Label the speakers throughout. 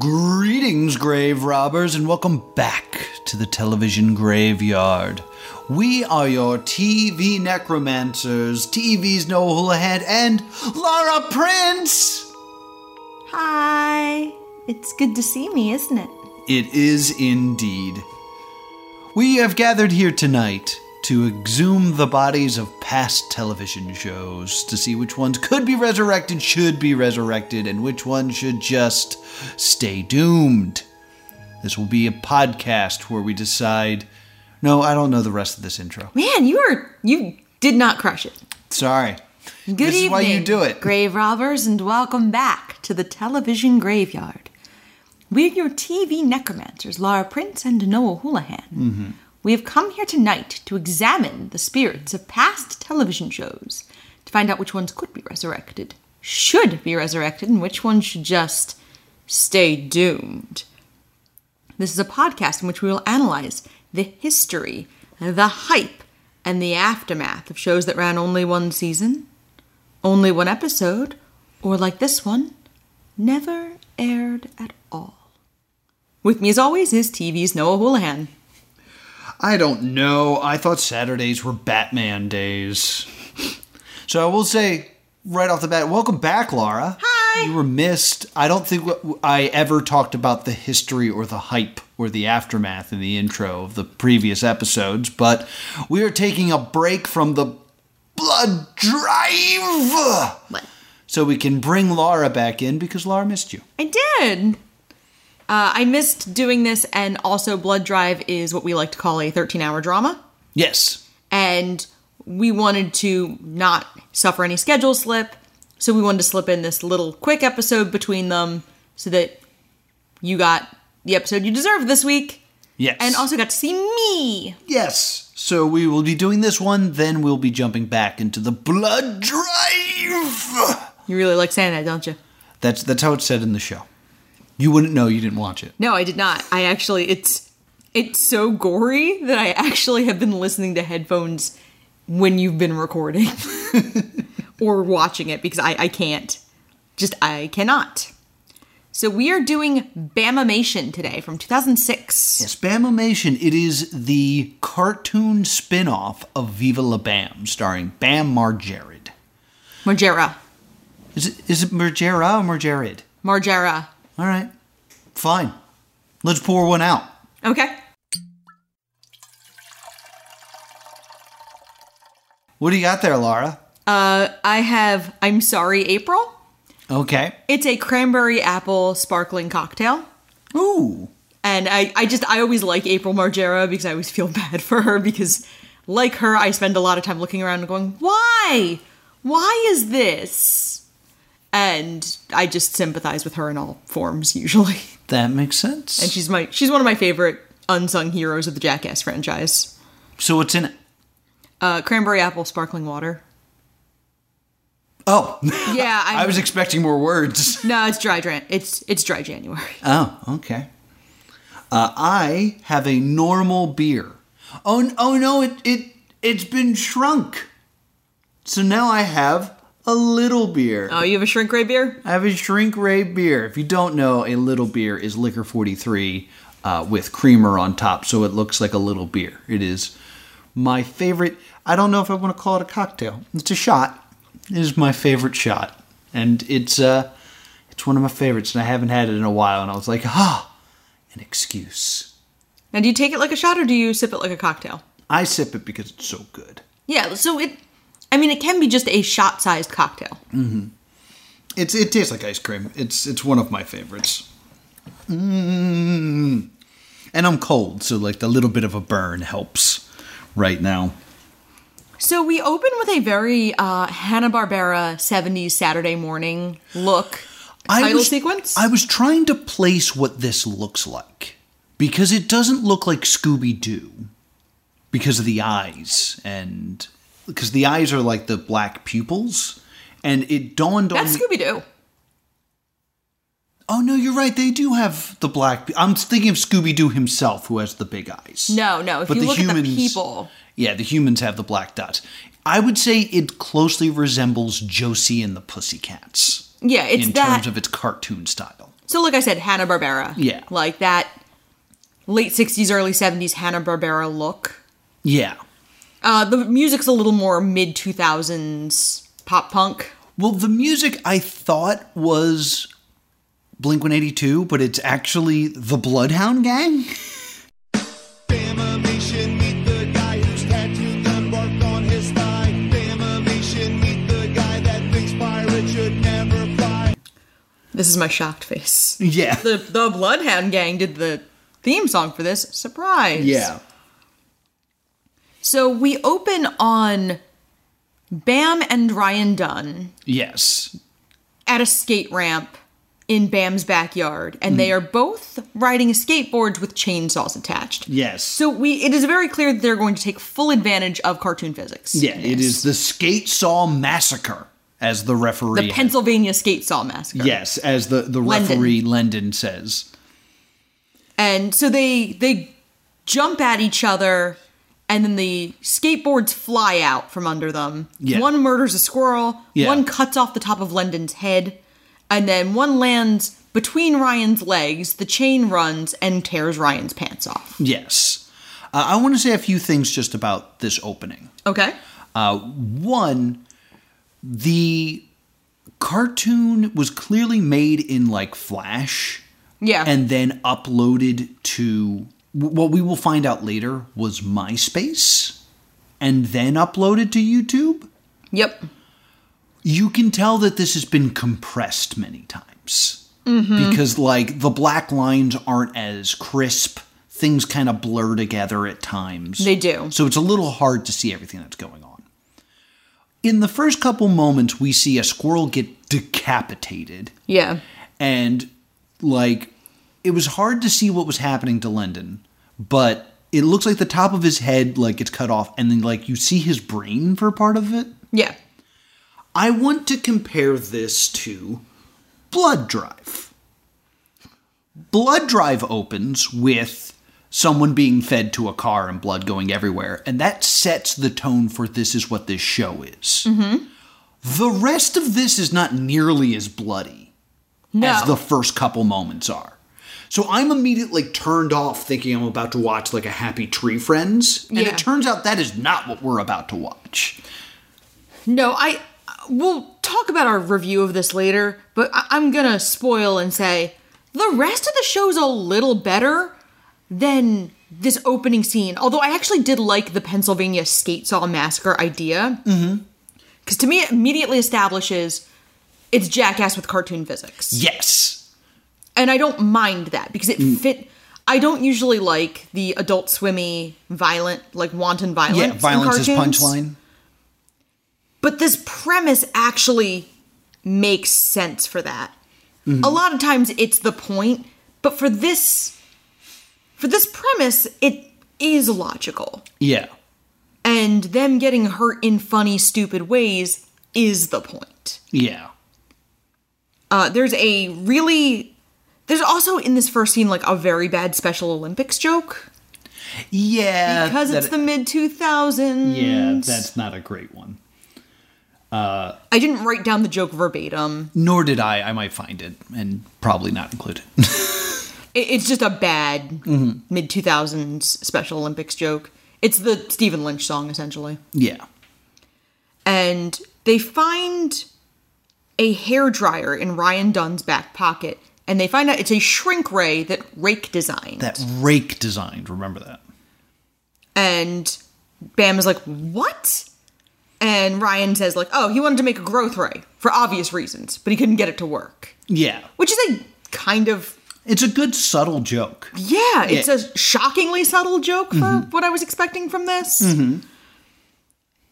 Speaker 1: Greetings, grave robbers, and welcome back to the television graveyard. We are your TV necromancers, TV's Noah Hulahan, and Lara Prince!
Speaker 2: Hi. It's good to see me, isn't it?
Speaker 1: It is indeed. We have gathered here tonight to exhume the bodies of past television shows to see which ones could be resurrected, should be resurrected, and which ones should just stay doomed. This will be a podcast where we decide. No, I don't know the rest of this intro.
Speaker 2: Man, you are you did not crush it.
Speaker 1: Sorry.
Speaker 2: Good
Speaker 1: This
Speaker 2: evening.
Speaker 1: is why you do it.
Speaker 2: Grave robbers and welcome back to the television graveyard. We're your TV necromancers, Laura Prince and Noah Houlihan.
Speaker 1: Mm-hmm.
Speaker 2: We have come here tonight to examine the spirits of past television shows to find out which ones could be resurrected, should be resurrected, and which ones should just stay doomed. This is a podcast in which we will analyze the history, the hype, and the aftermath of shows that ran only one season, only one episode, or like this one, never aired at all. With me, as always, is TV's Noah Houlihan.
Speaker 1: I don't know. I thought Saturdays were Batman days. So I will say right off the bat, welcome back, Laura.
Speaker 2: Hi.
Speaker 1: You were missed. I don't think wh- I ever talked about the history or the hype or the aftermath in the intro of the previous episodes, but we are taking a break from the blood drive.
Speaker 2: What?
Speaker 1: So we can bring Laura back in because Laura missed you.
Speaker 2: I did! Uh, I missed doing this, and also, Blood Drive is what we like to call a 13 hour drama.
Speaker 1: Yes.
Speaker 2: and we wanted to not suffer any schedule slip. So we wanted to slip in this little quick episode between them so that you got the episode you deserved this week
Speaker 1: Yes.
Speaker 2: and also got to see me.
Speaker 1: Yes. So we will be doing this one, then we'll be jumping back into the blood drive.
Speaker 2: You really like saying that, don't you?
Speaker 1: That's that's how it's said in the show. You wouldn't know you didn't watch it.
Speaker 2: No, I did not. I actually it's it's so gory that I actually have been listening to headphones when you've been recording or watching it because I, I can't. Just I cannot. So we are doing Bamamation today from 2006.
Speaker 1: Spamimation, it is the cartoon spin-off of Viva La Bam, starring Bam Margerid.
Speaker 2: Margera.
Speaker 1: Is it is it Margera or Margerid?
Speaker 2: Margera.
Speaker 1: Alright. Fine. Let's pour one out.
Speaker 2: Okay.
Speaker 1: What do you got there, Laura?
Speaker 2: Uh I have I'm sorry April.
Speaker 1: Okay.
Speaker 2: It's a cranberry apple sparkling cocktail.
Speaker 1: Ooh.
Speaker 2: And I, I just, I always like April Margera because I always feel bad for her because, like her, I spend a lot of time looking around and going, why? Why is this? And I just sympathize with her in all forms usually.
Speaker 1: That makes sense.
Speaker 2: And she's my, she's one of my favorite unsung heroes of the Jackass franchise.
Speaker 1: so what's in it?
Speaker 2: Uh, cranberry apple sparkling water.
Speaker 1: Oh.
Speaker 2: Yeah, i
Speaker 1: I was expecting more words.
Speaker 2: No, it's dry. Jan- It's it's dry January.
Speaker 1: Oh, okay. Uh, I have a normal beer. Oh, n- oh no! It it it's been shrunk. So now I have a little beer.
Speaker 2: Oh, you have a shrink ray beer?
Speaker 1: I have a shrink ray beer. If you don't know, a little beer is liquor forty three uh, with creamer on top, so it looks like a little beer. It is my favorite. I don't know if I want to call it a cocktail. It's a shot. It is my favorite shot, and it's uh, it's one of my favorites, and I haven't had it in a while. And I was like, ah, an excuse.
Speaker 2: Now, do you take it like a shot or do you sip it like a cocktail?
Speaker 1: I sip it because it's so good.
Speaker 2: Yeah. So it, I mean, it can be just a shot sized cocktail.
Speaker 1: It's it tastes like ice cream. It's it's one of my favorites. Mm. And I'm cold, so like the little bit of a burn helps right now.
Speaker 2: So we open with a very uh, Hanna Barbera '70s Saturday morning look title
Speaker 1: was,
Speaker 2: sequence.
Speaker 1: I was trying to place what this looks like because it doesn't look like Scooby Doo because of the eyes and because the eyes are like the black pupils. And it dawned on
Speaker 2: That's
Speaker 1: me.
Speaker 2: Scooby Doo.
Speaker 1: Oh no, you're right. They do have the black. I'm thinking of Scooby Doo himself, who has the big eyes.
Speaker 2: No, no. If
Speaker 1: But
Speaker 2: you
Speaker 1: the
Speaker 2: look at
Speaker 1: humans-
Speaker 2: the people,
Speaker 1: Yeah, the humans have the black dots. I would say it closely resembles Josie and the Pussycats
Speaker 2: yeah, it's
Speaker 1: in
Speaker 2: that.
Speaker 1: terms of its cartoon style.
Speaker 2: So, like I said, Hanna Barbera.
Speaker 1: Yeah.
Speaker 2: Like that late '60s, early '70s Hanna Barbera look.
Speaker 1: Yeah.
Speaker 2: Uh, the music's a little more mid 2000s pop punk.
Speaker 1: Well, the music I thought was Blink 182, but it's actually the Bloodhound Gang.
Speaker 3: Damnation, meet the guy who's tattooed the bark on his thigh. Damnation, meet the guy that thinks pirates should never fly.
Speaker 2: This is my shocked face.
Speaker 1: Yeah.
Speaker 2: The the Bloodhound Gang did the theme song for this. Surprise.
Speaker 1: yeah.
Speaker 2: So we open on Bam and Ryan Dunn
Speaker 1: Yes.
Speaker 2: at a skate ramp in Bam's backyard, and
Speaker 1: Mm.
Speaker 2: they are both riding skateboards with chainsaws attached.
Speaker 1: Yes.
Speaker 2: So we it is very clear that they're going to take full advantage of cartoon physics.
Speaker 1: yeah, it is the Skate Saw Massacre as the referee.
Speaker 2: the Pennsylvania Skate Saw Massacre.
Speaker 1: Yes, as the, the
Speaker 2: Lendon.
Speaker 1: referee Lendon says.
Speaker 2: and so they they jump at each other and then the skateboards fly out from under them
Speaker 1: Yeah.
Speaker 2: one murders a squirrel
Speaker 1: Yeah.
Speaker 2: one cuts off the top of lendon's head and then one lands between ryan's legs the chain runs and tears ryan's pants off
Speaker 1: Yes. Uh, I want to say a few things just about this opening.
Speaker 2: okay
Speaker 1: One, the cartoon was clearly made in like Flash.
Speaker 2: yeah
Speaker 1: and then uploaded to what we will find out later was MySpace and then uploaded to YouTube.
Speaker 2: yep
Speaker 1: You can tell that this has been compressed many times
Speaker 2: Mm-hmm.
Speaker 1: because, like, the black lines aren't as crisp. Things kind of blur together at times.
Speaker 2: They do.
Speaker 1: So it's a little hard to see everything that's going on. In the first couple moments, we see a squirrel get decapitated
Speaker 2: yeah
Speaker 1: and like it was hard to see what was happening to Lendon, but it looks like the top of his head like gets cut off, and then like you see his brain for part of it.
Speaker 2: yeah
Speaker 1: I want to compare this to Blood Drive. Blood Drive opens with someone being fed to a car and blood going everywhere, and that sets the tone for this is what this show is.
Speaker 2: Mm-hmm.
Speaker 1: The rest of this is not nearly as bloody
Speaker 2: no
Speaker 1: as the first couple moments are. So I'm immediately turned off thinking I'm about to watch like a Happy Tree Friends, and
Speaker 2: Yeah.
Speaker 1: it turns out that is not what we're about to watch.
Speaker 2: No, I we'll talk about our review of this later, but I, I'm gonna spoil and say the rest of the show's a little better than this opening scene. Although I actually did like the Pennsylvania skate saw massacre idea, because
Speaker 1: Mm-hmm.
Speaker 2: to me it immediately establishes it's jackass with cartoon physics
Speaker 1: Yes.
Speaker 2: and I don't mind that because it
Speaker 1: Mm.
Speaker 2: fit. I don't usually like the adult swimmy violent, like wanton violence.
Speaker 1: Yeah,
Speaker 2: in
Speaker 1: violence is
Speaker 2: cartoons.
Speaker 1: punchline.
Speaker 2: But this premise actually makes sense for that. A lot of times it's the point, but for this for this premise, it is logical.
Speaker 1: Yeah.
Speaker 2: And them getting hurt in funny, stupid ways is the point.
Speaker 1: Yeah.
Speaker 2: Uh, there's a really there's also in this first scene like a very bad Special Olympics joke
Speaker 1: Yeah.
Speaker 2: because it's the mid 2000s.
Speaker 1: Uh, Yeah, that's not a great one.
Speaker 2: I didn't write down the joke verbatim.
Speaker 1: Nor did I. I might find it and probably not include it.
Speaker 2: It- It's just a bad mid 2000s Special Olympics joke. It's the Stephen Lynch song essentially.
Speaker 1: yeah.
Speaker 2: And they find a hair dryer in Ryan Dunn's back pocket and they find out it's a shrink ray that Rake designed.
Speaker 1: That rake designed, remember that.
Speaker 2: And Bam is like, "What?" And Ryan says like, "Oh, he wanted to make a growth ray for obvious reasons, but he couldn't get it to work."
Speaker 1: Yeah.
Speaker 2: Which is a kind of
Speaker 1: It's a good subtle joke.
Speaker 2: yeah, it's
Speaker 1: Yeah. Mm-hmm.
Speaker 2: a shockingly subtle joke for what I was expecting from this.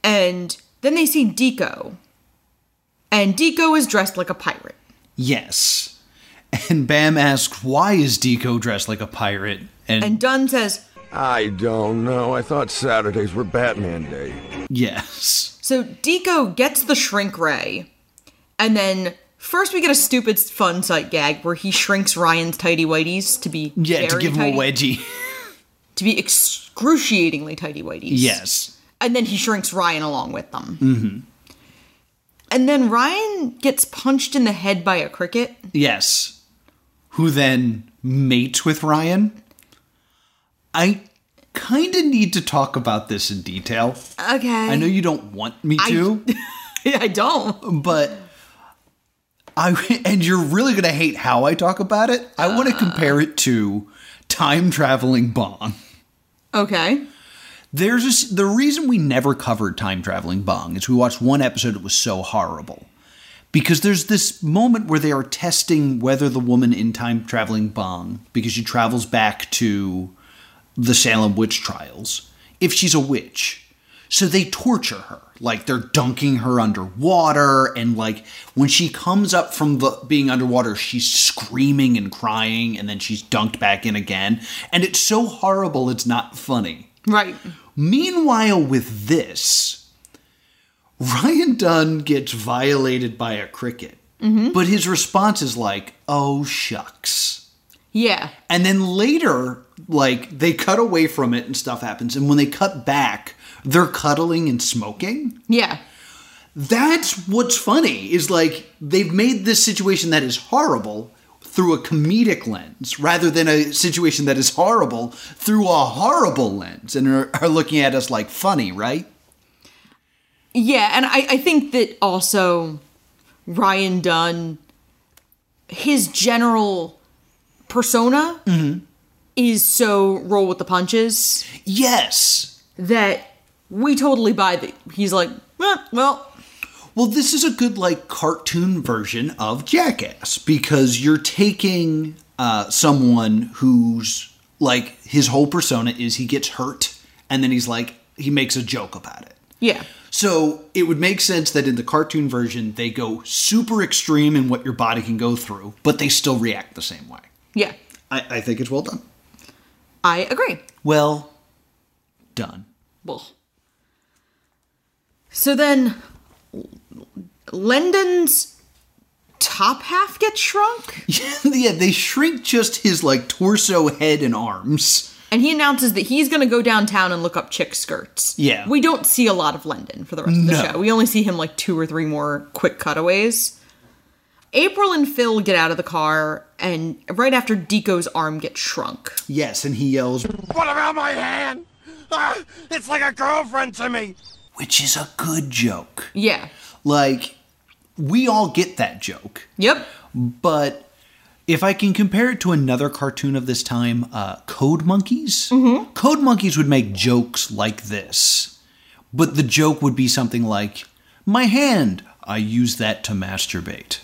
Speaker 2: And then they see Deco. And Deco is dressed like a pirate.
Speaker 1: Yes. And Bam asks, why is Deco dressed like a pirate? And,
Speaker 2: And Dunn says,
Speaker 4: I don't know. I thought Saturdays were Batman Day.
Speaker 1: yes.
Speaker 2: So Deco gets the shrink ray, and then first we get a stupid fun sight gag where he shrinks Ryan's tidy whities to be
Speaker 1: Yeah, to
Speaker 2: very
Speaker 1: give him
Speaker 2: tidy-
Speaker 1: a wedgie.
Speaker 2: to be excruciatingly tidy whities.
Speaker 1: yes.
Speaker 2: and then he shrinks Ryan along with them.
Speaker 1: Mm-hmm.
Speaker 2: And then Ryan gets punched in the head by a cricket,
Speaker 1: Yes. who then mates with Ryan. I kind of need to talk about this in detail.
Speaker 2: Okay.
Speaker 1: I know you don't want me to,
Speaker 2: I don't.
Speaker 1: but I and you're really going to hate how I talk about it. I want to compare it to time traveling Bong.
Speaker 2: Okay.
Speaker 1: There's this, the reason we never covered time traveling Bong is we watched one episode that was so horrible. Because there's this moment where they are testing whether the woman in time traveling Bong, because she travels back to the Salem witch trials, if she's a witch. So they torture her. Like they're dunking her underwater, and like when she comes up from the being underwater, she's screaming and crying, and then she's dunked back in again. And it's so horrible, it's not funny.
Speaker 2: Right.
Speaker 1: Meanwhile, with this, Ryan Dunn gets violated by a cricket, but his response is like, oh, shucks.
Speaker 2: Yeah.
Speaker 1: And then later, like, they cut away from it and stuff happens. And when they cut back, they're cuddling and smoking.
Speaker 2: Yeah.
Speaker 1: That's what's funny is like they've made this situation that is horrible through a comedic lens rather than a situation that is horrible through a horrible lens and are, are looking at us like funny, right?
Speaker 2: Yeah, and I, I think that also Ryan Dunn, his general persona
Speaker 1: Mm-hmm.
Speaker 2: is so roll with the punches
Speaker 1: Yes.
Speaker 2: that we totally buy that he's like, "Eh, well,
Speaker 1: Well, this is a good like cartoon version of Jackass because you're taking uh, someone who's like his whole persona is he gets hurt and then he's like he makes a joke about it.
Speaker 2: yeah,
Speaker 1: So it would make sense that in the cartoon version, they go super extreme in what your body can go through, but they still react the same way.
Speaker 2: yeah,
Speaker 1: I, I think it's well done.
Speaker 2: I agree.
Speaker 1: Well done.
Speaker 2: Well. So then Lendon's top half gets shrunk,
Speaker 1: yeah, they shrink just his like torso, head, and arms.
Speaker 2: and he announces that he's going to go downtown and look up chick skirts.
Speaker 1: Yeah.
Speaker 2: We don't see a lot of Lendon for the rest of the
Speaker 1: No.
Speaker 2: show. We only see him like two or three more quick cutaways. April and Phil get out of the car, and right after Deco's arm gets shrunk.
Speaker 1: Yes, and he yells,
Speaker 4: What about my hand? Ah, it's like a girlfriend to me.
Speaker 1: which is a good joke.
Speaker 2: Yeah.
Speaker 1: Like, we all get that joke.
Speaker 2: Yep.
Speaker 1: but if I can compare it to another cartoon of this time, uh, Code Monkeys, Code Monkeys would make jokes like this, but the joke would be something like, "My hand, I use that to masturbate."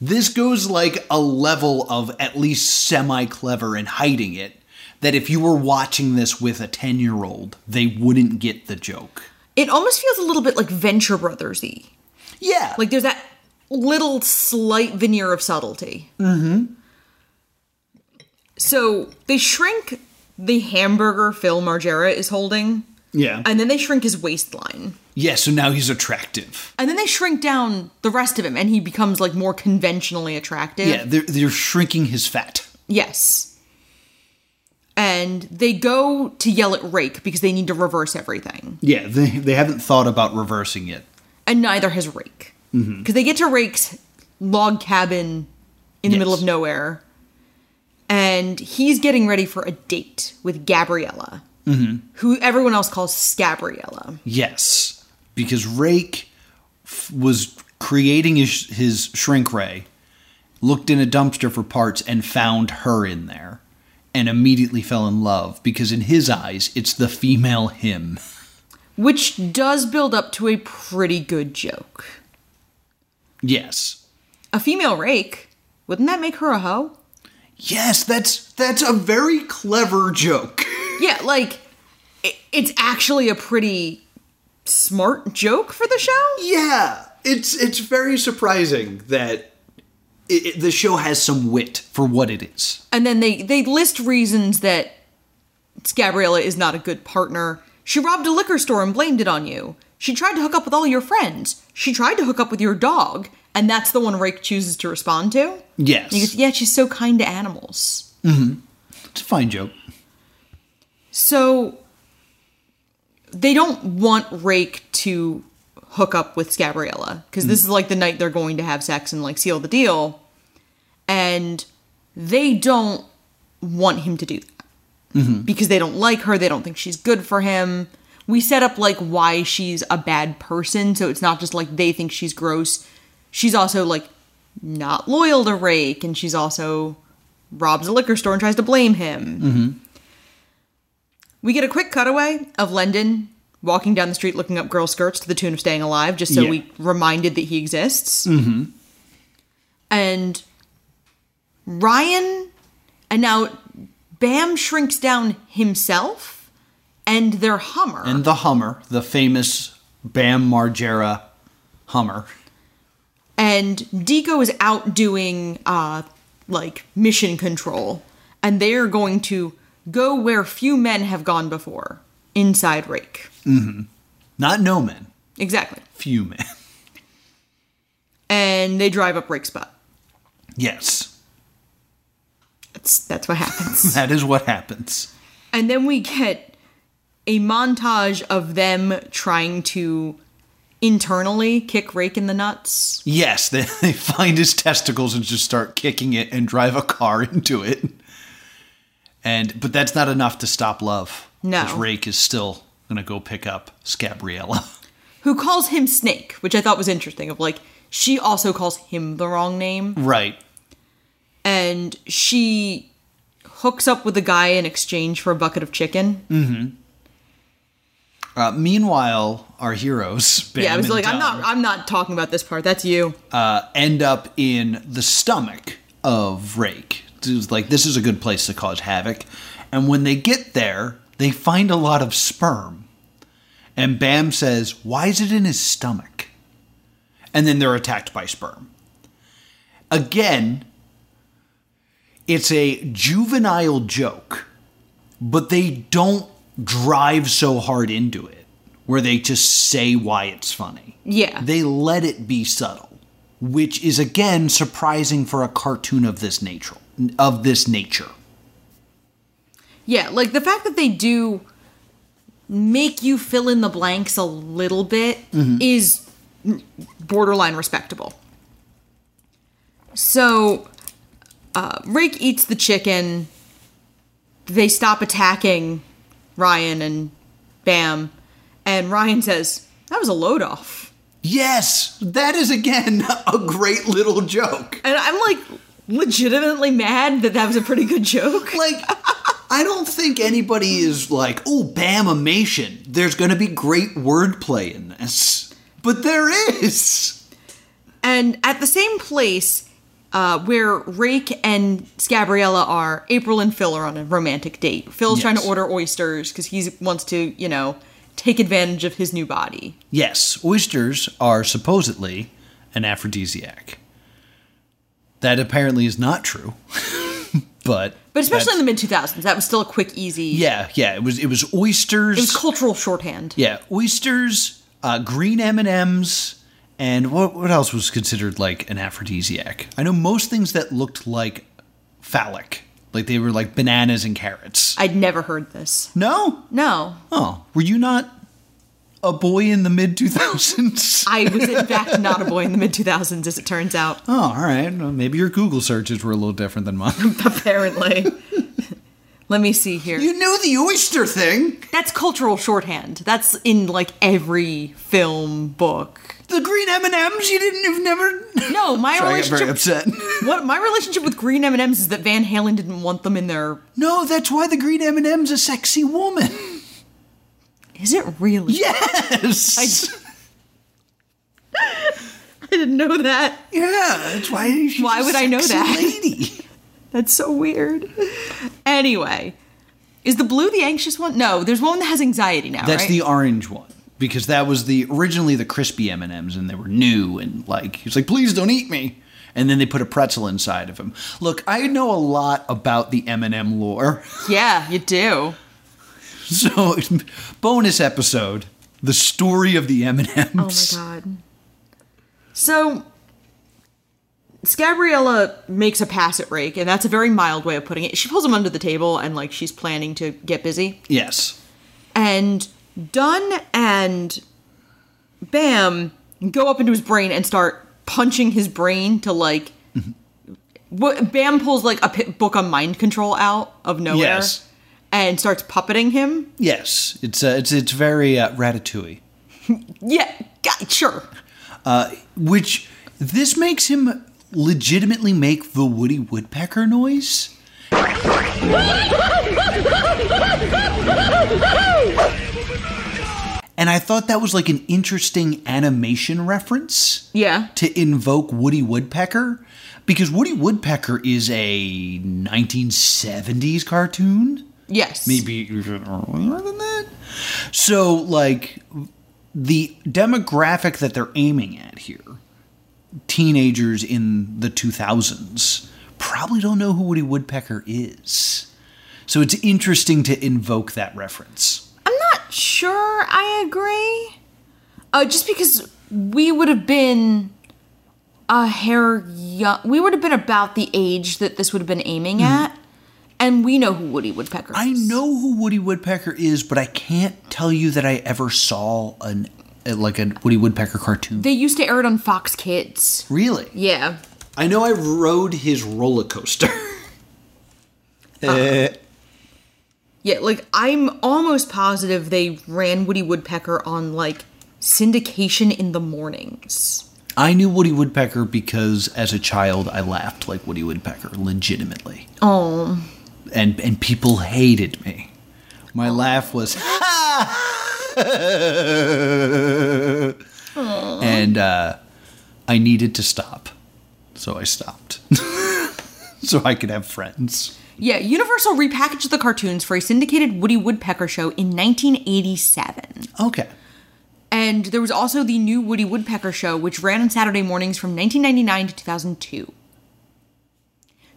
Speaker 1: this goes like a level of at least semi clever and hiding it that if you were watching this with a ten year old, they wouldn't get the joke.
Speaker 2: It almost feels a little bit like Venture Brothers y.
Speaker 1: Yeah,
Speaker 2: Like there's that little slight veneer of subtlety. Mm-hmm. So they shrink the hamburger Phil Margera is holding,
Speaker 1: yeah,
Speaker 2: and then they shrink his waistline.
Speaker 1: yeah. So now he's attractive.
Speaker 2: And then they shrink down the rest of him and he becomes like more conventionally attractive.
Speaker 1: Yeah, they're they're shrinking his fat.
Speaker 2: Yes. And they go to yell at Rake because they need to reverse everything.
Speaker 1: Yeah, they, they haven't thought about reversing it.
Speaker 2: and neither has Rake. Because they get to Rake's log cabin in the
Speaker 1: Yes.
Speaker 2: middle of nowhere, and he's getting ready for a date with Gabriella, who everyone else calls Scabriella.
Speaker 1: Yes, because Rake f- was creating his, his shrink ray, looked in a dumpster for parts, and found her in there, and immediately fell in love because in his eyes it's the female him.
Speaker 2: Which does build up to a pretty good joke.
Speaker 1: Yes,
Speaker 2: A female rake, wouldn't that make her a hoe?
Speaker 1: yes, that's that's a very clever joke.
Speaker 2: Yeah, like, it, it's actually a pretty smart joke for the show.
Speaker 1: Yeah, it's it's very surprising that it, it, the show has some wit for what it is.
Speaker 2: and then they they list reasons that Gabriella is not a good partner. She robbed a liquor store and blamed it on you. She tried to hook up with all your friends. She tried to hook up with your dog, and that's the one Rake chooses to respond to.
Speaker 1: Yes,
Speaker 2: He goes, yeah, she's so kind to animals.
Speaker 1: it's a fine joke.
Speaker 2: So they don't want Rake to hook up with Scabriella because this is like the night they're going to have sex and like seal the deal. And they don't want him to do that because they don't like her. They don't think she's good for him. We set up like why she's a bad person, so it's not just like they think she's gross. She's also like not loyal to Rake, and she's also robs a liquor store and tries to blame him. We get a quick cutaway of Lendon walking down the street looking up girl skirts to the tune of Staying Alive, just so
Speaker 1: Yeah.
Speaker 2: we reminded that he exists. Mm-hmm. And Ryan, and now Bam shrinks down himself and their Hummer.
Speaker 1: And the Hummer, the famous Bam Margera Hummer.
Speaker 2: and Deco is out doing uh like mission control and they are going to go where few men have gone before inside rake
Speaker 1: Not no man,
Speaker 2: exactly
Speaker 1: few men.
Speaker 2: and they drive up rake's butt
Speaker 1: Yes,
Speaker 2: that's that's what happens
Speaker 1: that is what happens.
Speaker 2: and then we get a montage of them trying to internally kick rake in the nuts
Speaker 1: Yes, they, they find his testicles and just start kicking it and drive a car into it. And but that's not enough to stop love.
Speaker 2: No.
Speaker 1: 'Cause Rake is still gonna go pick up Scabriella.
Speaker 2: who calls him snake which i thought was interesting of like she also calls him the wrong name
Speaker 1: right.
Speaker 2: and she hooks up with a guy in exchange for a bucket of chicken.
Speaker 1: Uh, meanwhile, our heroes, Bam
Speaker 2: yeah, I was
Speaker 1: and
Speaker 2: like, I'm
Speaker 1: Dom,
Speaker 2: not, I'm not talking about this part. That's you.
Speaker 1: uh, end up in the stomach of Rake. It's like this is a good place to cause havoc. And when they get there, they find a lot of sperm. And Bam says, "Why is it in his stomach?" And then they're attacked by sperm. Again, it's a juvenile joke, but they don't drive so hard into it where they just say why it's funny.
Speaker 2: Yeah.
Speaker 1: They let it be subtle, which is again surprising for a cartoon of this nature. Of this nature.
Speaker 2: yeah, like the fact that they do make you fill in the blanks a little bit is borderline respectable. So, uh, Rake eats the chicken. They stop attacking Ryan and Bam, and Ryan says, "That was a load off."
Speaker 1: Yes, that is again a great little joke.
Speaker 2: And I'm like legitimately mad that that was a pretty good joke.
Speaker 1: like I don't think anybody is like, oh, Bamimation. There's going to be great wordplay in this, but there is.
Speaker 2: And at the same place uh, where Rake and Scabriella are, April and Phil are on a romantic date. Phil's trying to
Speaker 1: Yes.
Speaker 2: order oysters because he wants to, you know, take advantage of his new body.
Speaker 1: Yes, oysters are supposedly an aphrodisiac. That apparently is not true, but
Speaker 2: But especially
Speaker 1: that's-
Speaker 2: in the mid 2000s, that was still a quick, easy.
Speaker 1: yeah, yeah, it was it was oysters.
Speaker 2: It was cultural shorthand.
Speaker 1: Yeah, oysters, uh, green M and M's, and what what else was considered like an aphrodisiac? I know most things that looked like phallic, like they were like bananas and carrots.
Speaker 2: I'd never heard this.
Speaker 1: no,
Speaker 2: No.
Speaker 1: oh, were you not a boy in the mid two thousands?
Speaker 2: I was, in fact, not a boy in the mid 2000s, as it turns out.
Speaker 1: Oh, all right. Well, maybe your Google searches were a little different than mine.
Speaker 2: Apparently. Let me see here.
Speaker 1: you knew the oyster thing.
Speaker 2: That's cultural shorthand. That's in like every film book.
Speaker 1: The green M and M's. You didn't. You've never.
Speaker 2: No,
Speaker 1: Sorry,
Speaker 2: my
Speaker 1: I got
Speaker 2: relationship.
Speaker 1: very upset.
Speaker 2: What my relationship with green M and M's is that Van Halen didn't want them in their.
Speaker 1: no, that's why the green M and M's a sexy woman.
Speaker 2: Is it really?
Speaker 1: Yes.
Speaker 2: I didn't know that.
Speaker 1: Yeah, that's why. She's
Speaker 2: Why
Speaker 1: a
Speaker 2: would I know
Speaker 1: sexy
Speaker 2: that?
Speaker 1: lady?
Speaker 2: That's so weird. Anyway, is the blue the anxious one? No, there's one that has anxiety now.
Speaker 1: That's
Speaker 2: right?
Speaker 1: the orange one because that was the originally the crispy M and M's, and they were new and like he was like, please don't eat me. And then they put a pretzel inside of him. Look, I know a lot about the M and M lore,
Speaker 2: yeah, you do.
Speaker 1: so bonus episode: the story of the M and
Speaker 2: Oh my
Speaker 1: M's.
Speaker 2: god. So Scabriella makes a pass at Rake, and that's a very mild way of putting it. She pulls him under the table and like she's planning to get busy.
Speaker 1: Yes,
Speaker 2: And Dunn and Bam go up into his brain and start punching his brain to like Wh- Bam pulls like a pi book on mind control out of nowhere
Speaker 1: Yes.
Speaker 2: and starts puppeting him.
Speaker 1: Yes, it's uh, it's it's very uh, ratatouille.
Speaker 2: Yeah, g- sure.
Speaker 1: Which this makes him legitimately make the Woody Woodpecker noise. And I thought that was like an interesting animation reference.
Speaker 2: Yeah.
Speaker 1: to invoke Woody Woodpecker because Woody Woodpecker is a 1970s cartoon,
Speaker 2: Yes.
Speaker 1: maybe even earlier than that. So, like, the demographic that they're aiming at here, teenagers in the 2000s, probably don't know who Woody Woodpecker is. So, it's interesting to invoke that reference.
Speaker 2: I'm not sure I agree. Uh, just because we would have been a hair young, we would have been about the age that this would have been aiming at, and we know who Woody Woodpecker is.
Speaker 1: I know who Woody Woodpecker is, but I can't tell you that I ever saw an uh, like a Woody Woodpecker cartoon.
Speaker 2: They used to air it on Fox Kids.
Speaker 1: really?
Speaker 2: Yeah.
Speaker 1: I know I rode his roller coaster. Uh-huh. Eh,
Speaker 2: Yeah, like I'm almost positive they ran Woody Woodpecker on like syndication in the mornings.
Speaker 1: I knew Woody Woodpecker because as a child I laughed like Woody Woodpecker legitimately.
Speaker 2: Oh.
Speaker 1: And and people hated me. My laugh was "Ah!" and uh, I needed to stop. So I stopped. so I could have friends.
Speaker 2: Yeah, Universal repackaged the cartoons for a syndicated Woody Woodpecker show in 1987.
Speaker 1: Okay.
Speaker 2: And there was also the new Woody Woodpecker show, which ran on Saturday mornings from 1999 to 2002.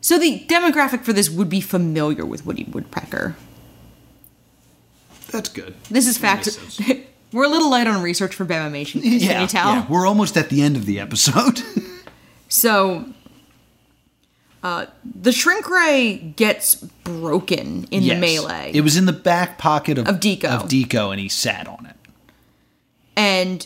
Speaker 2: So the demographic for this would be familiar with Woody Woodpecker.
Speaker 1: That's good.
Speaker 2: This is fact. We're a little light on research for Bamimation, yeah, can you tell?
Speaker 1: yeah, we're almost at the end of the episode.
Speaker 2: So, uh, the shrink ray gets broken in the
Speaker 1: Yes.
Speaker 2: melee,
Speaker 1: It was in the back pocket of,
Speaker 2: Of Deco.
Speaker 1: Of Deco, and he sat on it.
Speaker 2: and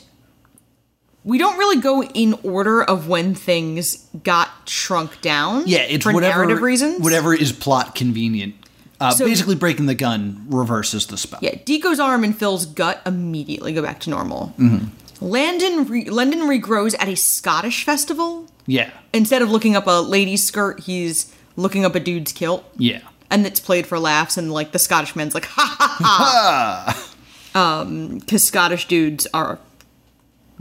Speaker 2: we don't really go in order of when things got shrunk down.
Speaker 1: Yeah, it's
Speaker 2: for
Speaker 1: whatever
Speaker 2: narrative reasons.
Speaker 1: Whatever is plot convenient. Uh,
Speaker 2: So-
Speaker 1: basically, breaking the gun reverses the spell.
Speaker 2: Yeah, Deco's arm and Phil's gut immediately go back to normal. Mm-hmm. Landon re- Landon regrows at a Scottish festival.
Speaker 1: Yeah.
Speaker 2: Instead of looking up a lady's skirt, he's looking up a dude's kilt.
Speaker 1: Yeah.
Speaker 2: and it's played for laughs and like the scottish men's like ha ha ha um because scottish dudes are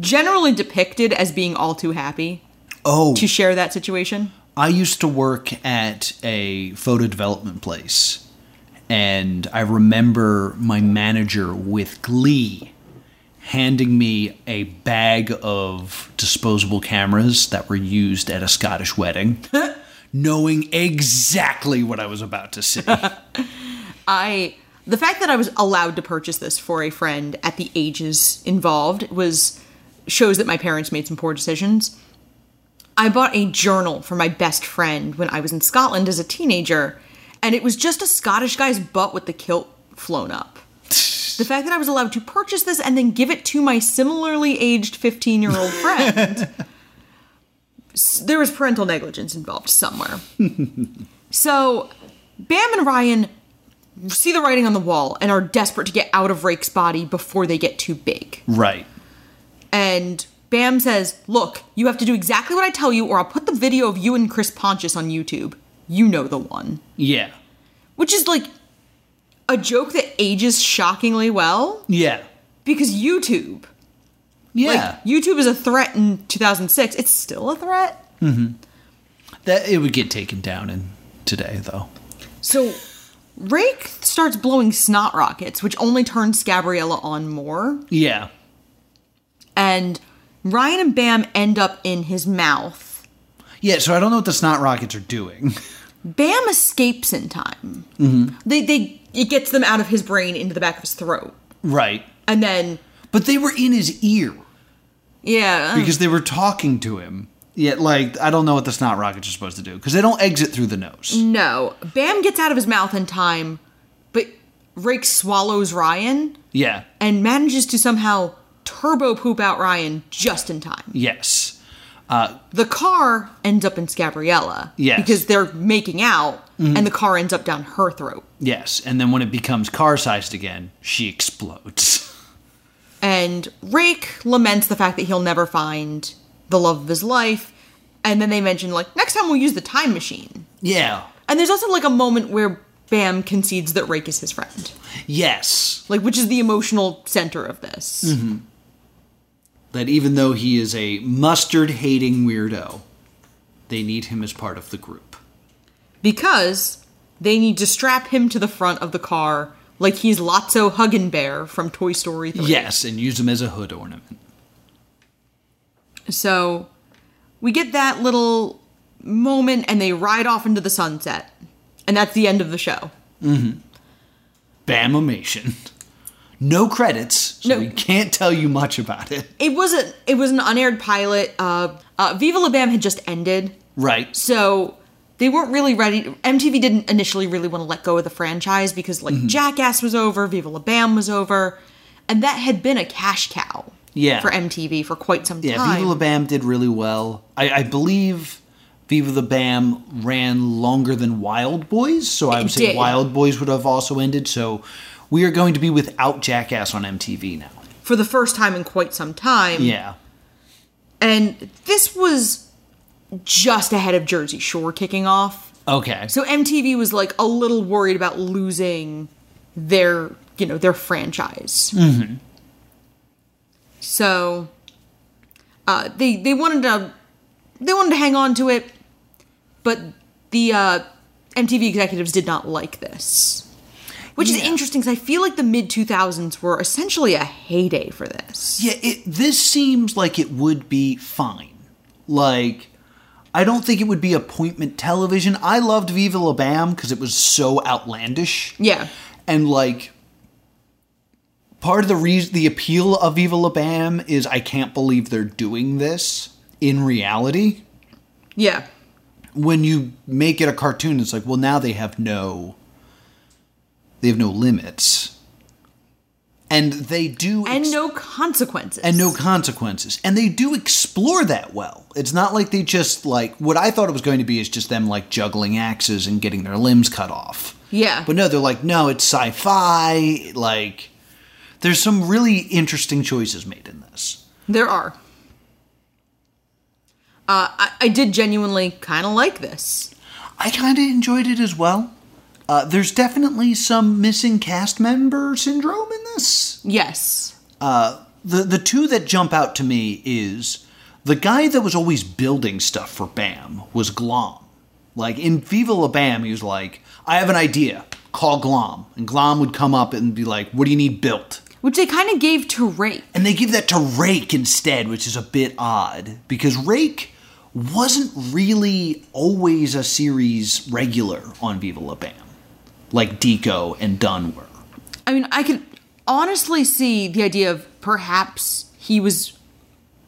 Speaker 2: generally depicted as being all too happy
Speaker 1: Oh,
Speaker 2: to share that situation
Speaker 1: I used to work at a photo development place, and I remember my manager with glee handing me a bag of disposable cameras that were used at a Scottish wedding, knowing exactly what I was about to say.
Speaker 2: i the fact that i was allowed to purchase this for a friend at the ages involved was shows that my parents made some poor decisions i bought a journal for my best friend when i was in scotland as a teenager and it was just a scottish guy's butt with the kilt flown up The fact that I was allowed to purchase this and then give it to my similarly aged 15 year old friend, S- there was parental negligence involved somewhere. so Bam and Ryan see the writing on the wall and are desperate to get out of Rake's body before they get too big.
Speaker 1: right.
Speaker 2: And Bam says, Look, you have to do exactly what I tell you, or I'll put the video of you and Chris Pontius on YouTube. You know the one.
Speaker 1: Yeah.
Speaker 2: Which is like a joke that ages shockingly well
Speaker 1: Yeah.
Speaker 2: because YouTube.
Speaker 1: Yeah.
Speaker 2: Like, YouTube is a threat in 2006. It's still a threat.
Speaker 1: that it would get taken down in today though.
Speaker 2: So Rake starts blowing snot rockets, which only turns Scabriella on more.
Speaker 1: Yeah.
Speaker 2: And Ryan and Bam end up in his mouth.
Speaker 1: Yeah, so I don't know what the snot rockets are doing.
Speaker 2: Bam escapes in time.
Speaker 1: Mm-hmm.
Speaker 2: They, they, it gets them out of his brain into the back of his throat.
Speaker 1: right.
Speaker 2: And then,
Speaker 1: But they were in his ear
Speaker 2: yeah. uh,
Speaker 1: because they were talking to him. Yet like I don't know what the snot rockets are supposed to do because they don't exit through the nose.
Speaker 2: no. Bam gets out of his mouth in time, but Rake swallows Ryan.
Speaker 1: Yeah.
Speaker 2: and manages to somehow turbo poop out Ryan just in time.
Speaker 1: Yes.
Speaker 2: the car ends up in Scabriella.
Speaker 1: Yes. Mm-hmm.
Speaker 2: Because they're making out, and the car ends up down her throat.
Speaker 1: Yes, and then when it becomes car sized again, she explodes.
Speaker 2: And Rake laments the fact that he'll never find the love of his life. And then they mention, like, next time we'll use the time machine.
Speaker 1: yeah.
Speaker 2: And there's also, like, a moment where Bam concedes that Rake is his friend,
Speaker 1: Yes.
Speaker 2: like, which is the emotional center of this.
Speaker 1: That even though he is a mustard hating weirdo, they need him as part of the group.
Speaker 2: Because they need to strap him to the front of the car, like he's Lotso Huggin Bear from Toy Story 3.
Speaker 1: Yes, and use him as a hood ornament.
Speaker 2: So we get that little moment and they ride off into the sunset. And that's the end of the show.
Speaker 1: Bamimation. No credits, so
Speaker 2: No.
Speaker 1: we can't tell you much about it.
Speaker 2: It was a, it was an unaired pilot. Uh, uh, Viva La Bam had just ended,
Speaker 1: Right.
Speaker 2: so they weren't really ready. MTV didn't initially really want to let go of the franchise because like
Speaker 1: Mm-hmm.
Speaker 2: Jackass was over, Viva La Bam was over, and that had been a cash cow.
Speaker 1: Yeah.
Speaker 2: for MTV for quite some
Speaker 1: Yeah,
Speaker 2: time.
Speaker 1: Viva La Bam did really well. I, I believe Viva La Bam ran longer than Wild Boys, so I would
Speaker 2: It
Speaker 1: say
Speaker 2: did.
Speaker 1: Wild Boys would have also ended. So we are going to be without Jackass on MTV now.
Speaker 2: for the first time in quite some time.
Speaker 1: Yeah.
Speaker 2: and this was just ahead of Jersey Shore kicking off.
Speaker 1: Okay.
Speaker 2: So MTV was like a little worried about losing their, you know, their franchise.
Speaker 1: Mm-hmm.
Speaker 2: So uh, they they wanted to they wanted to hang on to it, but the uh, MTV executives did not like this, which is
Speaker 1: Yeah.
Speaker 2: interesting because I feel like the mid two thousands were essentially a heyday for this.
Speaker 1: yeah, it, this seems like it would be fine. Like, I don't think it would be appointment television. I loved Viva La Bam because it was so outlandish.
Speaker 2: Yeah,
Speaker 1: and like part of the reason the appeal of Viva La Bam is I can't believe they're doing this in reality.
Speaker 2: yeah,
Speaker 1: When you make it a cartoon, it's like, well, now they have no, they have no limits, and they do
Speaker 2: and
Speaker 1: ex-
Speaker 2: no consequences.
Speaker 1: and no consequences, and they do explore that well. It's not like they just like what I thought it was going to be is just them like juggling axes and getting their limbs cut off.
Speaker 2: yeah,
Speaker 1: But no, they're like, no, it's sci fi. Like, there's some really interesting choices made in this.
Speaker 2: There are. Uh, I, I did genuinely kind of like this.
Speaker 1: I kind of enjoyed it as well. Uh, there's definitely some missing cast member syndrome in this.
Speaker 2: Yes.
Speaker 1: The, the two that jump out to me is the guy that was always building stuff for BAM was Glom. Like, in Viva La BAM, he was like, I have an idea. Call Glom. And Glom would come up and be like, What do you need built?
Speaker 2: Which they kind of gave to Rake.
Speaker 1: And they give that to Rake instead, which is a bit odd because Rake wasn't really always a series regular on Viva La Bam, like Deco and Dunn were.
Speaker 2: I mean, I could honestly see the idea of perhaps he was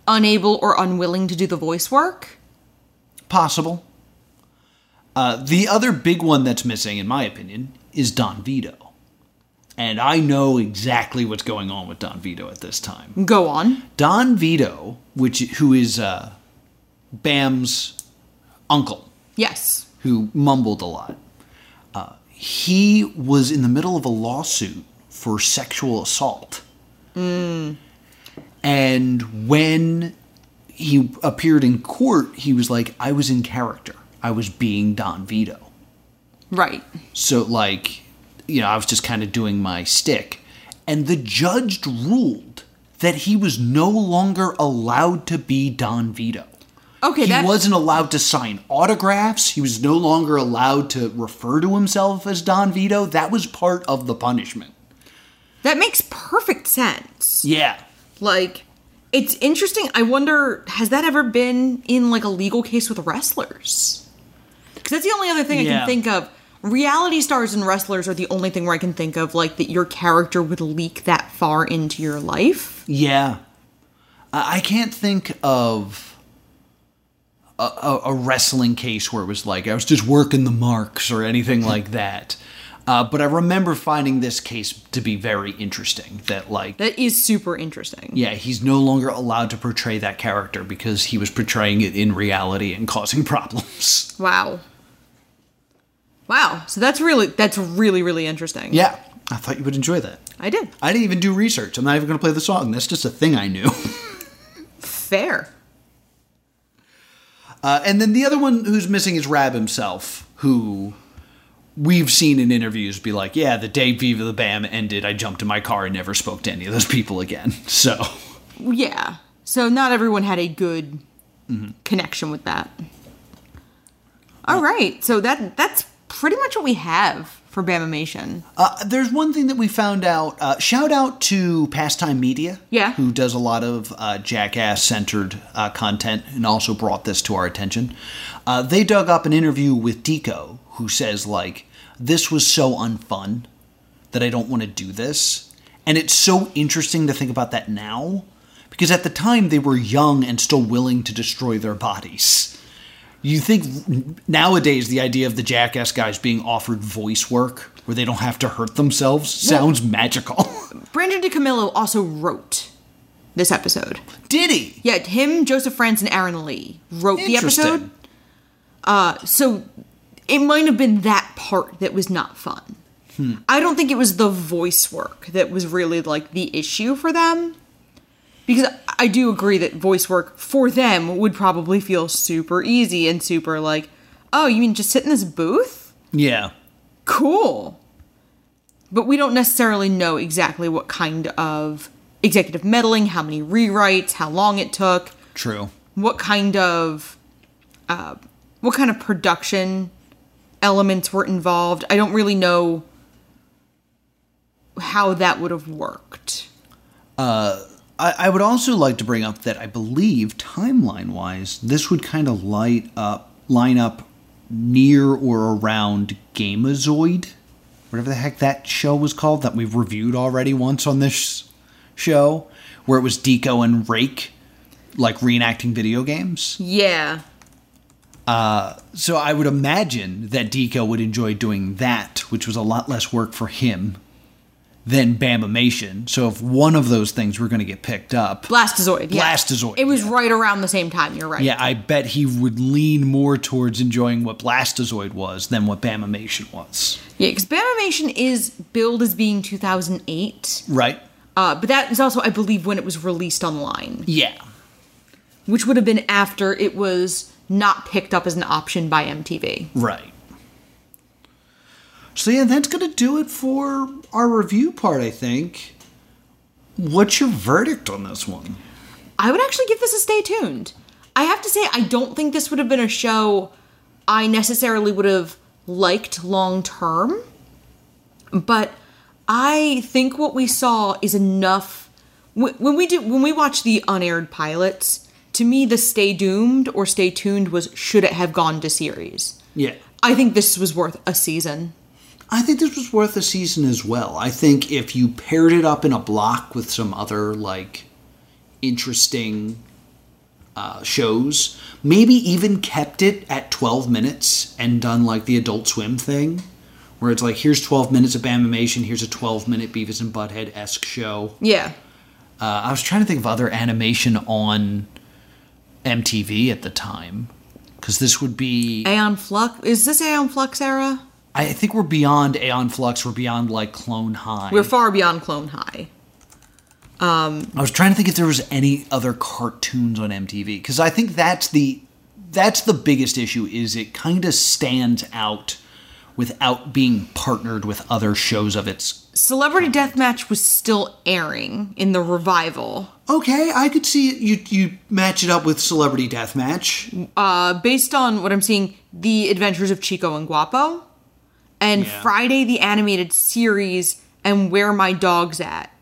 Speaker 2: unable or unwilling to do the voice work.
Speaker 1: Possible. Uh, the other big one that's missing, in my opinion, is Don Vito. And I know exactly what's going on with Don Vito at this time.
Speaker 2: Go on.
Speaker 1: Don Vito, which who is uh, Bam's uncle,
Speaker 2: Yes.
Speaker 1: who mumbled a lot. Uh, he was in the middle of a lawsuit for sexual assault. And when he appeared in court, he was like, I was in character. I was being Don Vito.
Speaker 2: Right.
Speaker 1: So, like, you know, I was just kind of doing my stick. And the judge ruled that he was no longer allowed to be Don Vito
Speaker 2: Okay,
Speaker 1: he
Speaker 2: that
Speaker 1: wasn't allowed to sign autographs. He was no longer allowed to refer to himself as Don Vito. That was part of the punishment.
Speaker 2: that makes perfect sense.
Speaker 1: Yeah.
Speaker 2: Like it's interesting. I wonder has that ever been in like a legal case with wrestlers? Because that's the only other thing I
Speaker 1: Yeah.
Speaker 2: can think of. Reality stars and wrestlers are the only thing where I can think of like that your character would leak that far into your life.
Speaker 1: Yeah. I, I can't think of a, a, a wrestling case where it was like, I was just working the marks or anything like that. Uh, but I remember finding this case to be very interesting. That like
Speaker 2: That is super interesting.
Speaker 1: yeah, he's no longer allowed to portray that character because he was portraying it in reality and causing problems.
Speaker 2: Wow. Wow. So that's really that's really really interesting.
Speaker 1: yeah, I thought you would enjoy that.
Speaker 2: I did.
Speaker 1: I didn't even do research. I'm not even going to play the song. That's just a thing I knew.
Speaker 2: Fair.
Speaker 1: Uh, and then the other one who's missing is Rab himself, who we've seen in interviews be like, yeah, the day Viva the Bam ended, I jumped in my car and never spoke to any of those people again. So,
Speaker 2: Yeah. So not everyone had a good connection with that. All right. So that that's pretty much what we have for Bamimation.
Speaker 1: uh, there's one thing that we found out. Uh, shout out to Pastime Media,
Speaker 2: Yeah.
Speaker 1: who does a lot of uh, jackass centered uh, content and also brought this to our attention. Uh, they dug up an interview with Deco, who says, like, this was so unfun that I don't want to do this. And it's so interesting to think about that now because at the time they were young and still willing to destroy their bodies. You think nowadays the idea of the jackass guys being offered voice work where they don't have to hurt themselves sounds magical.
Speaker 2: Brandon DiCamillo also wrote this episode.
Speaker 1: Did he?
Speaker 2: Yeah, him, Joseph France, and Aaron Lee wrote the episode. So it might have been that part that was not fun. I don't think it was the voice work that was really like the issue for them. Because I do agree that voice work for them would probably feel super easy and super like, oh, you mean just sit in this booth?
Speaker 1: Yeah.
Speaker 2: Cool. But we don't necessarily know exactly what kind of executive meddling, how many rewrites, how long it took
Speaker 1: True.
Speaker 2: what kind of uh, what kind of production elements were involved. I don't really know how that would have worked.
Speaker 1: I, I would also like to bring up that I believe timeline wise, this would kind of light up line up near or around Gameazoid, whatever the heck that show was called that we've reviewed already once on this show, where it was Deco and Rake like reenacting video games.
Speaker 2: Yeah.
Speaker 1: So I would imagine that Deco would enjoy doing that, which was a lot less work for him than Bamimation. So if one of those things were going to get picked up,
Speaker 2: Blastozoid. Yeah.
Speaker 1: Blastozoid,
Speaker 2: It was
Speaker 1: yeah.
Speaker 2: right around the same time. You're right.
Speaker 1: Yeah, I bet he would lean more towards enjoying what Blastozoid was than what Bamimation was.
Speaker 2: Yeah, because Bamimation is billed as being 2008,
Speaker 1: Right?
Speaker 2: uh, but that is also, I believe, when it was released online,
Speaker 1: Yeah.
Speaker 2: which would have been after it was not picked up as an option by MTV.
Speaker 1: Right. So yeah, that's gonna do it for our review part, I think. What's your verdict on this one?
Speaker 2: I would actually give this a stay tuned. I have to say, I don't think this would have been a show I necessarily would have liked long term, but I think what we saw is enough. Wh- When we do, when we watch the unaired pilots, to me, the stay doomed or stay tuned was should it have gone to series?
Speaker 1: Yeah.
Speaker 2: I think this was worth a season.
Speaker 1: I think this was worth a season as well. I think if you paired it up in a block with some other like interesting uh, shows, maybe even kept it at 12 minutes and done like the Adult Swim thing, where it's like here's 12 minutes of animation, here's a 12 minute Beavis and Butthead esque show.
Speaker 2: Yeah,
Speaker 1: Uh, I was trying to think of other animation on MTV at the time because this would be
Speaker 2: Aeon Flux is this Aeon Flux era?
Speaker 1: I think we're beyond Aeon Flux, we're beyond like Clone High.
Speaker 2: We're far beyond Clone High.
Speaker 1: I was trying to think if there was any other cartoons on MTV because I think that's the that's the biggest issue is it kind of stands out without being partnered with other shows of its.
Speaker 2: Celebrity Deathmatch was still airing in the revival,
Speaker 1: Okay, I could see it. you you match it up with Celebrity Deathmatch.
Speaker 2: uh, based on what I'm seeing, The Adventures of Chico and Guapo, and
Speaker 1: Yeah.
Speaker 2: Friday the Animated Series, and Where My Dog's At.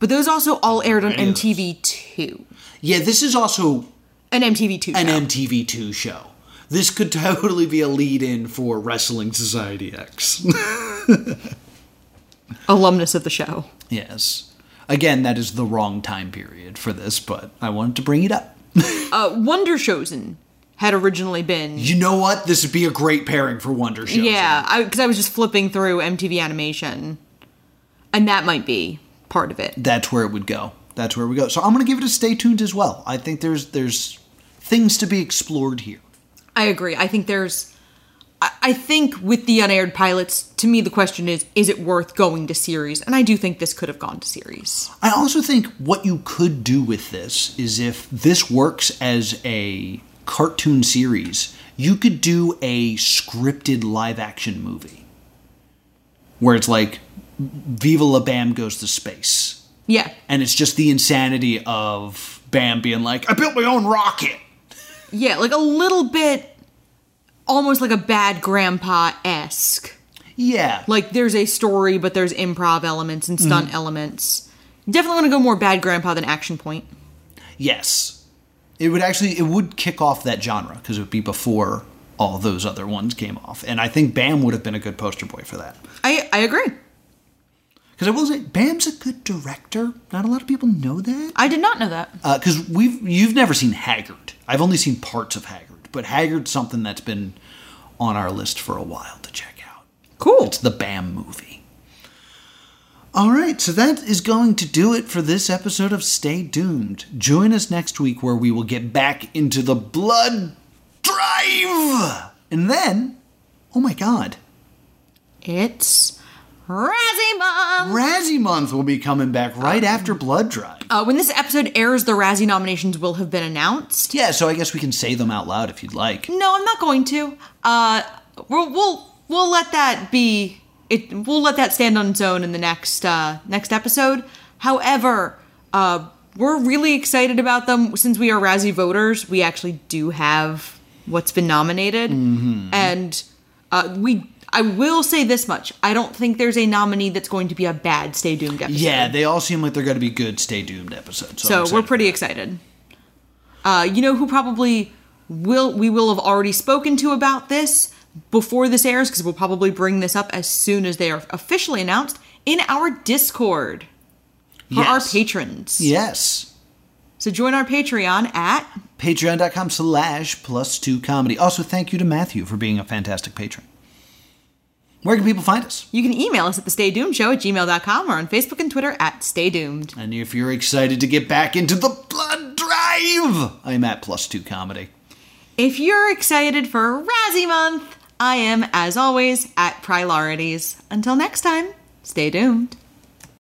Speaker 2: But those also all aired on
Speaker 1: Any of
Speaker 2: MTV2.
Speaker 1: Yeah, this is also
Speaker 2: An MTV2
Speaker 1: an
Speaker 2: show.
Speaker 1: MTV2 show. This could totally be a lead in for Wrestling Society X.
Speaker 2: alumnus of the show.
Speaker 1: yes. Again, that is the wrong time period for this, but I wanted to bring it up.
Speaker 2: Uh, Wonder Chosen had originally been.
Speaker 1: You know what? This would be a great pairing for Wonder Shows.
Speaker 2: Yeah, because I, was just flipping through MTV Animation, and that might be part of it.
Speaker 1: That's where it would go. That's where we go. So I'm going to give it a stay tuned as well. I think there's there's things to be explored here.
Speaker 2: I agree. I think there's. I, I think with the unaired pilots, to me, the question is: is it worth going to series? And I do think this could have gone to series.
Speaker 1: I also think what you could do with this is if this works as a cartoon series, you could do a scripted live action movie where it's like Viva La Bam goes to space.
Speaker 2: Yeah,
Speaker 1: And it's just the insanity of Bam being like, I built my own rocket.
Speaker 2: yeah, like a little bit, almost like a bad grandpa esque.
Speaker 1: Yeah.
Speaker 2: like there's a story but there's improv elements and stunt elements definitely want to go more bad grandpa than action point
Speaker 1: Yes. It would actually it would kick off that genre because it would be before all those other ones came off. And I think Bam would have been a good poster boy for that.
Speaker 2: i i agree
Speaker 1: Because I will say Bam's a good director. Not a lot of people know that.
Speaker 2: i did not know that
Speaker 1: Because Uh, we've you've never seen Haggard. I've only seen parts of Haggard, but Haggard's something that's been on our list for a while to check out.
Speaker 2: cool
Speaker 1: It's the Bam movie. All right, so that is going to do it for this episode of Stay Doomed. Join us next week where we will get back into the blood drive. And then, oh my god,
Speaker 2: it's razzie month
Speaker 1: Razzie Month will be coming back right after Blood Drive.
Speaker 2: uh, when this episode airs the razzie nominations will have been announced
Speaker 1: Yeah, so I guess we can say them out loud if you'd like.
Speaker 2: no i'm not going to uh we'll we'll, we'll let that be it we'll let that stand on its own in the next uh next episode however uh we're really excited about them since we are Razzie voters. We actually do have what's been nominated, and uh, we. I will say this much: I don't think there's a nominee that's going to be a bad Stay Doomed episode.
Speaker 1: Yeah, they all seem like they're going to be good Stay Doomed episodes. I'm
Speaker 2: so we're
Speaker 1: excited
Speaker 2: pretty
Speaker 1: for that.
Speaker 2: excited. Uh, you know who probably will we will have already spoken to about this before this airs because we'll probably bring this up as soon as they are officially announced in our Discord for our
Speaker 1: Yes.
Speaker 2: patrons.
Speaker 1: Yes.
Speaker 2: So join our Patreon at
Speaker 1: patreon.com slash plus two comedy also thank you to matthew for being a fantastic patron where can people find us
Speaker 2: You can email us at the Stay Doomed Show at gmail.com or on Facebook and Twitter at Stay Doomed.
Speaker 1: and if you're excited to get back into the blood drive i'm at plus two comedy
Speaker 2: If you're excited for Razzie Month, I am, as always, at Prylorities. Until next time, stay doomed.